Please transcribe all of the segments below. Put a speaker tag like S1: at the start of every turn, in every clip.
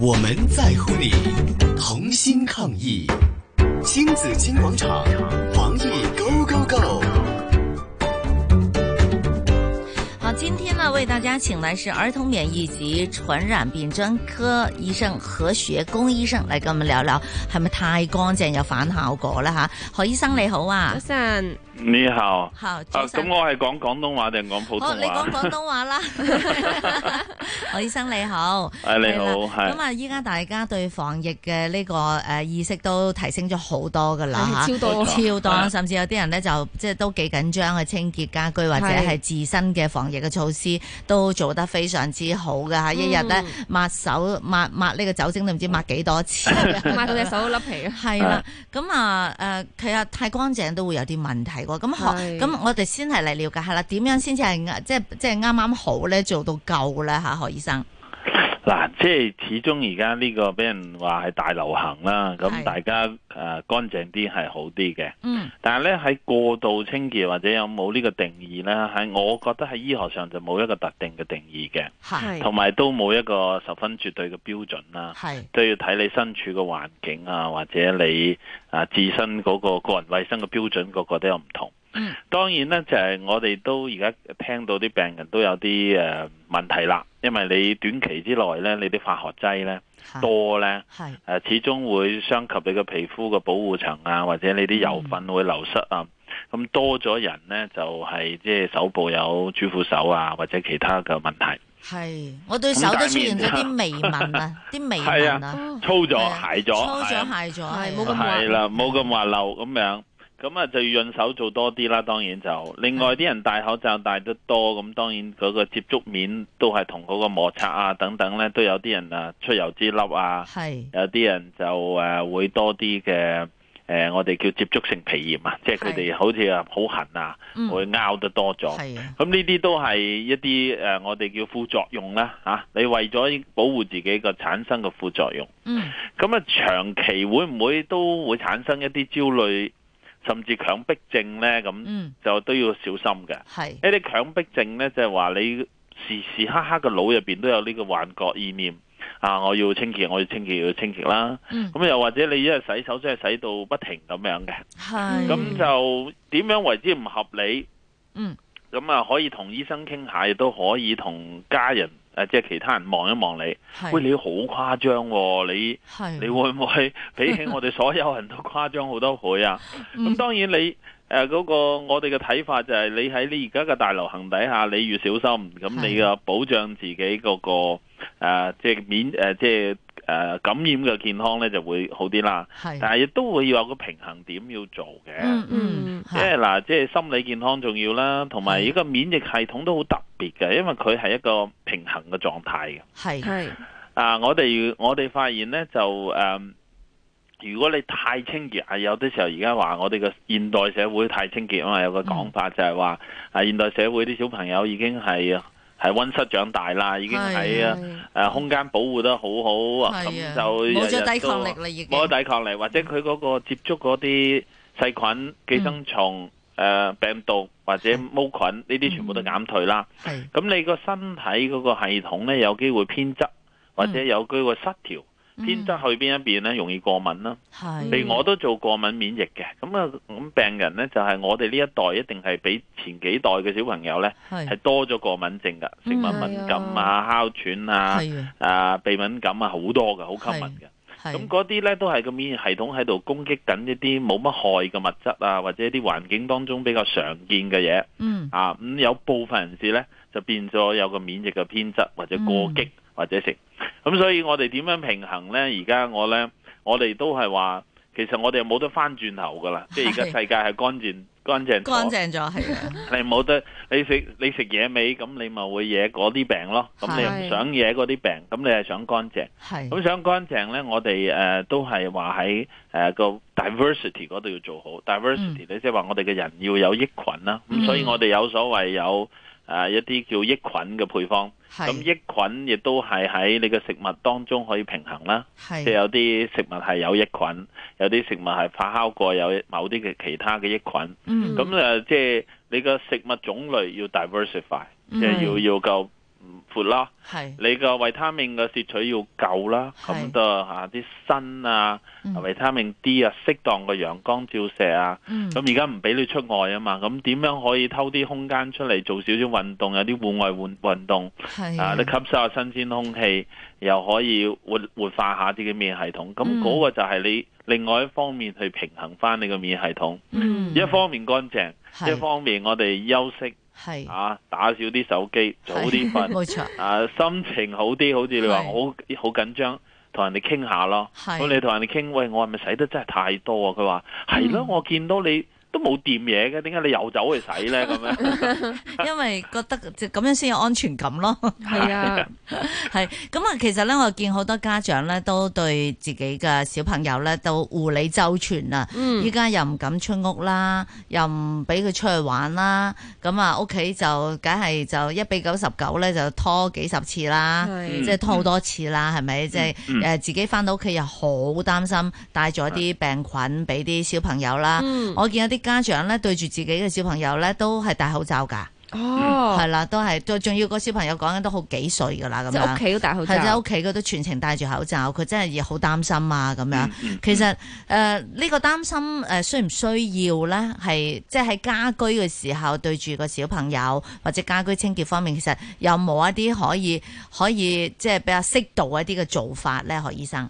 S1: 我们在乎你，同心抗疫，亲子金广场，防疫 Go Go Go。
S2: 好，今天呢为大家请来是儿童免疫及传染病专科醫生何雪公醫生嚟跟我們聊聊，係咪太乾淨有反效果啦吓？何醫生你好啊
S3: 早，晨，
S4: 你好，
S2: 好
S4: 啊
S2: 早
S4: 咁
S2: 晨，哦
S4: 我係講廣東話定講普通
S2: 好你
S4: 話啊
S2: 講？廣東話啦， 何醫生你好。
S4: 誒你好，
S2: 係啦咁
S4: 係
S2: 啊，依家大家對防疫嘅呢個誒意識都提升咗好多噶啦
S3: 唉超多
S4: 啊
S2: 超多，
S4: 係
S2: 甚至有啲人咧就即係都幾緊張去清潔家居或者
S3: 係
S2: 係自身嘅防疫嘅措施都做得非常之好嘅嚇，一日咧
S3: 嗯
S2: 抹手抹抹呢個酒精都唔知抹幾多次。
S3: 抹到隻手甩皮啊！
S2: 係啦，咁啊誒，其實太乾淨都會有啲問題喎。咁學
S3: 係
S2: 咁我哋先係嚟了解下啦，點樣先至係啱即係即係啱啱好咧做到夠咧嚇，何醫生。
S4: 嗱，即係始終而家呢個俾人話係大流行啦，
S2: 係
S4: 咁大家誒乾淨啲係好啲嘅。
S2: 嗯，
S4: 但係咧喺過度清潔或者有冇呢個定義咧？喺我覺得喺醫學上就冇一個特定嘅定義嘅，
S2: 係
S4: 同埋都冇一個十分絕對嘅標準啦。
S2: 係。
S4: 都要睇你身處嘅環境啊，或者你啊自身嗰個個人衞生嘅標準，個個都有唔同。
S2: 嗯
S4: 當然呢，就係、我哋都而家聽到啲病人都有啲誒、呃、問題啦，因為你短期之內呢，你啲化學劑呢
S2: 係
S4: 多呢，
S2: 係
S4: 誒、始終會傷及你嘅皮膚嘅保護層啊，或者你啲油分會流失啊。咁多咗人呢，就係即係手部有主婦手啊，或者其他嘅問題，
S2: 係，我對手都出現咗啲微紋 啊，啲微紋啊，
S3: 哦，
S4: 粗咗、
S2: 係啊
S4: 鞋咗、
S2: 粗咗
S4: 係啊
S2: 蟹咗，係
S3: 係冇咁滑
S4: 係啦，冇咁滑溜咁樣，咁啊就要潤手做多啲啦。當然就另外啲人戴口罩戴得多，咁當然嗰個接觸面都係同嗰個摩擦啊等等呢，都有啲人啊出油脂粒啊，
S2: 係
S4: 有啲人就誒會多啲嘅誒，我哋叫接觸性皮炎啊，即係佢哋好似啊好痕啊，
S2: 嗯
S4: 會拗得多咗。
S2: 係啊，
S4: 咁呢啲都係一啲誒、呃我哋叫副作用啦嚇、啊你為咗保護自己個產生嘅副作用。
S2: 嗯
S4: 咁啊，長期會唔會都會產生一啲焦慮，甚至強迫症呢？咁
S2: 嗯
S4: 就都要小心嘅。
S2: 係
S4: 一啲強迫症呢，就係話你時時刻刻嘅腦入邊都有呢個幻覺意念啊！我要清潔，我要清潔，要清潔啦。
S2: 嗯
S4: 咁又或者你一日洗手真係洗到不停咁樣嘅，
S2: 係，
S4: 咁就點樣為之唔合理？
S2: 嗯
S4: 咁啊，可以同醫生傾下，亦都可以同家人誒，即係其他人望一望你。
S2: 係
S4: 喂，你好誇張喎！你
S2: 係
S4: 你會唔會比起我哋所有人都誇張好多倍啊？
S2: 嗯
S4: 咁當然你誒嗰個我哋嘅睇法就係你喺你而家嘅大流行底下，你越小心，咁
S2: 係
S4: 你嘅保障自己嗰個誒即係免誒即係誒感染嘅健康咧就會好啲啦。但
S2: 係
S4: 係亦都會有個平衡點要做嘅
S2: 嗯。嗯
S4: 即係嗱，即係心理健康重要啦，同埋
S2: 係
S4: 呢個免疫系統都好特別嘅，因為佢係一個平衡嘅狀態嘅。
S2: 係係
S3: 係
S4: 啊，我哋我哋發現呢，就誒、嗯如果你太清潔，啊有啲時候而家話我哋個現代社會太清潔啊嘛，有個講
S2: 嗯
S4: 法就係話啊現代社會啲小朋友已經係係温室長大啦，已經喺啊
S3: 係
S4: 誒空間保護得好好，啊
S2: 係
S4: 咁
S2: 啊冇
S4: 就日日
S2: 咗抵抗
S4: 都
S2: 力啦已經
S4: 冇咗抵抗力，或者佢嗰個接觸嗰啲細菌、寄生蟲、誒、
S2: 嗯
S4: 病毒或 者毛菌呢啲全部都減退啦。
S2: 係
S4: 咁你個身體嗰個系統呢，有機會偏側，或
S2: 嗯
S4: 者有機會失調，偏側去邊一邊呢，容易過敏啦。
S2: 係
S4: 譬如我都做過敏免疫嘅，咁啊咁病人呢，就係、我哋呢一代一定係比前幾代嘅小朋友呢，係
S2: 係
S4: 多咗過敏症㗎，食
S2: 嗯
S4: 物敏感啊、哮喘啊、
S2: 係啊
S4: 啊鼻敏感啊，好多嘅，好吸
S2: 係
S4: 引嘅。
S2: 係
S4: 咁嗰啲呢，都係個免疫系統喺度攻擊緊一啲冇乜害嘅物質啊，或者一啲環境當中比較常見嘅嘢。
S2: 嗯
S4: 啊，咁、有部分人士呢，就變咗有個免疫嘅偏執或者過激、或者食，咁所以我哋點樣平衡呢？而家我呢，我哋都係話，其實我哋冇得翻轉頭噶啦，即係而家
S2: 係
S4: 世界係乾淨乾淨
S2: 乾
S4: 咗，
S2: 淨咗係啊
S4: 你冇得你食你食野味，咁你咪會惹嗰啲病咯，咁你又唔
S3: 係
S4: 想惹嗰啲病，咁你係想乾淨。
S2: 係
S4: 咁想乾淨呢，我哋誒、呃都係話喺誒個 diversity 嗰度要做好 diversity 咧，即係話我哋嘅人要有益菌啦。咁、
S2: 嗯
S4: 所以我哋有所謂有誒、呃一啲叫益菌嘅配方。咁
S2: 係
S4: 益菌亦都係喺你嘅食物當中可以平衡啦。即係
S2: 係
S4: 有啲食物係有益菌，有啲食物係發酵過有某啲嘅其他嘅益菌。
S2: 嗯
S4: 咁誒、呃即係你個食物種類要 diversify，即係
S2: 嗯
S4: 要要夠嗯闊啦，
S2: 係
S4: 你個維他命嘅攝取要夠啦，
S2: 係
S4: 咁就嚇啲鋅啊、
S2: 嗯
S4: 維他命 D 啊，適當嘅陽光照射啊。
S2: 嗯
S4: 咁而家唔俾你出外啊嘛，咁點樣可以偷啲空間出嚟做少少運動，有啲戶外運運動
S2: 係
S4: 啊，你吸收下新鮮空氣，又可以活活化下自己免疫系統。咁
S2: 嗯
S4: 嗰個就係你另外一方面去平衡翻你個免疫系統，
S2: 嗯
S4: 一方面乾淨，
S2: 係
S4: 一方面我哋休息
S2: 係
S4: 啊，打少啲手機，早啲
S2: 係
S4: 瞓。
S2: 冇錯，
S4: 啊，心情好啲，好似你話
S2: 係
S4: 我好好緊張，同人哋傾下咯。
S2: 係
S4: 咁你同人哋傾，喂，我係咪使得真係太多啊？佢話係咯，
S2: 嗯
S4: 我見到你都冇掂嘢嘅，點解你又走去使咧？咁 樣
S2: 因為覺得就咁樣先有安全感 咯。
S3: 係啊，
S2: 係咁啊，其實咧，我見好多家長咧都對自己嘅小朋友咧都護理周全啊。
S3: 嗯
S2: 依，家又唔敢出屋啦，又唔俾佢出去玩啦，咁啊屋企就梗係就一比九十九咧就拖幾十次啦，
S3: 係
S2: 即係拖好多次啦，係咪？即係
S4: 嗯
S2: 誒自己翻到屋企又好擔心，帶咗啲病菌俾啲小朋友啦。
S3: 嗯，
S2: 我見有啲家長咧對住自己嘅小朋友咧都係戴口罩㗎，
S3: 哦，
S2: 嗯係啦，都係，都仲要個小朋友講緊都好幾歲㗎啦咁
S3: 即係
S2: 樣
S3: 屋。企都戴口罩，
S2: 係即係屋企佢都全程戴住口罩，佢真係好擔心啊咁樣。
S4: 嗯
S2: 其實誒呢、個擔心誒、呃、需唔需要咧？係即係喺家居嘅時候對住個小朋友或者家居清潔方面，其實有冇一啲可以可以即係比較適度一啲嘅做法咧？何醫生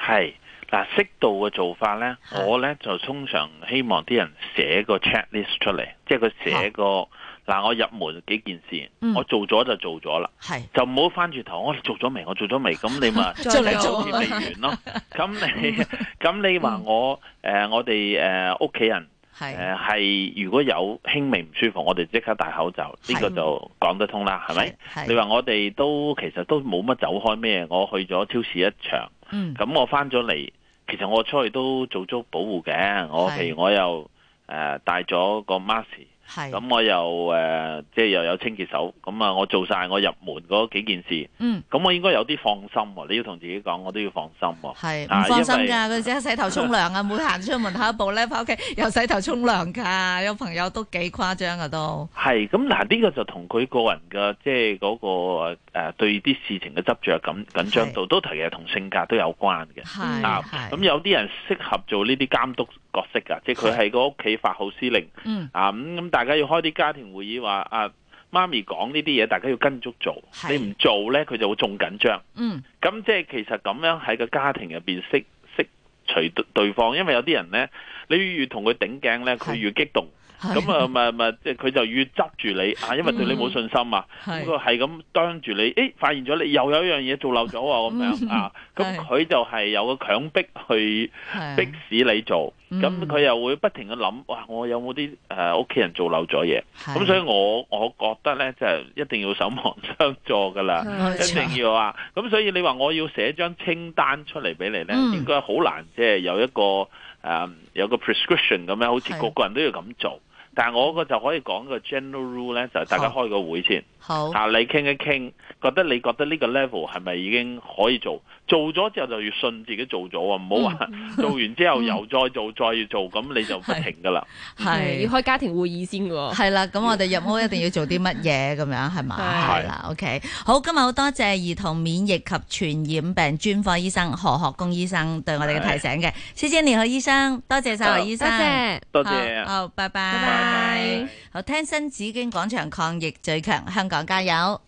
S4: 係嗱，適度嘅做法咧，
S2: 係
S4: 我咧就通常希望啲人寫個 checklist 出嚟，即係佢寫個嗱，我入門幾件事
S2: 嗯，
S4: 我做咗就做咗啦。
S2: 係
S4: 就唔好翻轉頭，我、做咗未？我做 咗未？咁你咪
S3: 做嚟
S2: 做
S4: 好似未完 咯。咁你咁你話我誒、呃我哋誒屋企人
S2: 係
S4: 誒係如果有輕微唔舒服，我哋即刻戴口罩，呢、個
S2: 係
S4: 就講得通啦，係咪？？
S2: 係
S4: 你話我哋都其實都冇乜走開咩，我去咗超市一場，
S2: 嗯
S4: 咁我翻咗嚟，其實我出去都做足保護嘅。我
S2: 係
S4: 譬如我又誒、呃戴咗個 mask。
S2: 係
S4: 咁我又誒、呃即係又有清潔手，咁啊，我做晒我入門嗰幾件事，
S2: 嗯
S4: 咁我應該有啲放心喎。你要同自己講，我都要放心喎。
S2: 係唔
S4: 啊
S2: 放心
S4: 因為
S2: 㗎，佢即刻洗頭 沖涼啊！每行出門口一步咧，翻屋企又洗頭沖涼㗎。有朋友都幾誇張㗎都
S4: 係咁嗱，呢個就同佢個人嘅即係嗰個誒、呃、對啲事情嘅執着緊緊張度，都其實同性格都有關嘅。
S2: 係
S4: 啊
S2: 係
S4: 咁有啲人適合做呢啲監督角色㗎，即係佢係個屋企發號施令
S2: 嗯
S4: 啊。咁、咁大家要開啲家庭會議話啊，媽咪講呢啲嘢，大家要跟足做。
S2: 係
S4: 你唔做呢，佢就會仲緊張。
S2: 嗯
S4: 咁即係其實咁樣喺個家庭入邊識識除對對方，因為有啲人呢，你越同佢頂頸呢，
S2: 係
S4: 佢越激動，
S2: 係
S4: 咁啊咪咪即係佢就越執住 你啊，因為對你冇信心啊，咁
S2: 嗯係
S4: 佢係咁啄住你，誒發現咗你又有一樣嘢做漏咗喎 咁樣啊，
S2: 嗯係
S4: 咁佢就係有個強迫去
S2: 係
S4: 逼使你做，
S2: 嗯
S4: 咁佢又會不停嘅諗，哇我有冇啲誒屋企人做漏咗嘢，
S2: 係
S4: 咁所以我我覺得呢，就係一定要守望相助噶啦。
S2: 冇
S3: 係
S2: 錯
S4: 一定要啊！咁所以你話我要寫張清單出嚟俾你呢，
S2: 嗯
S4: 應該好難，即係有一個誒、嗯有個 prescription 咁樣，好似
S2: 係
S4: 個個人都要咁做。但係我個就可以講個 general rule 呢，就係大家
S2: 好
S4: 開個會先，
S2: 好
S4: 啊，你傾一傾，覺得你覺得呢個 level 係咪已經可以做？做咗之後就要信自己做咗啊，唔好話
S2: 嗯
S4: 做完之後又再做再要做，咁你就不停噶啦。
S3: 係
S2: 係
S3: 要開家庭會議先嘅喎，
S2: 係啦，咁我哋入屋一定要做啲乜嘢咁樣係嘛？
S3: 係
S2: 係啦，OK，好，今日好多謝兒童免疫及傳染病專科醫生何學工醫生對我哋嘅提醒嘅，謝謝你何醫生，多謝晒何醫
S3: 多
S2: 生，
S3: 謝。
S4: 多謝，啊
S2: 好，好拜拜，
S3: 拜拜
S2: 好聽新紫荊廣場抗疫最強，香港加油！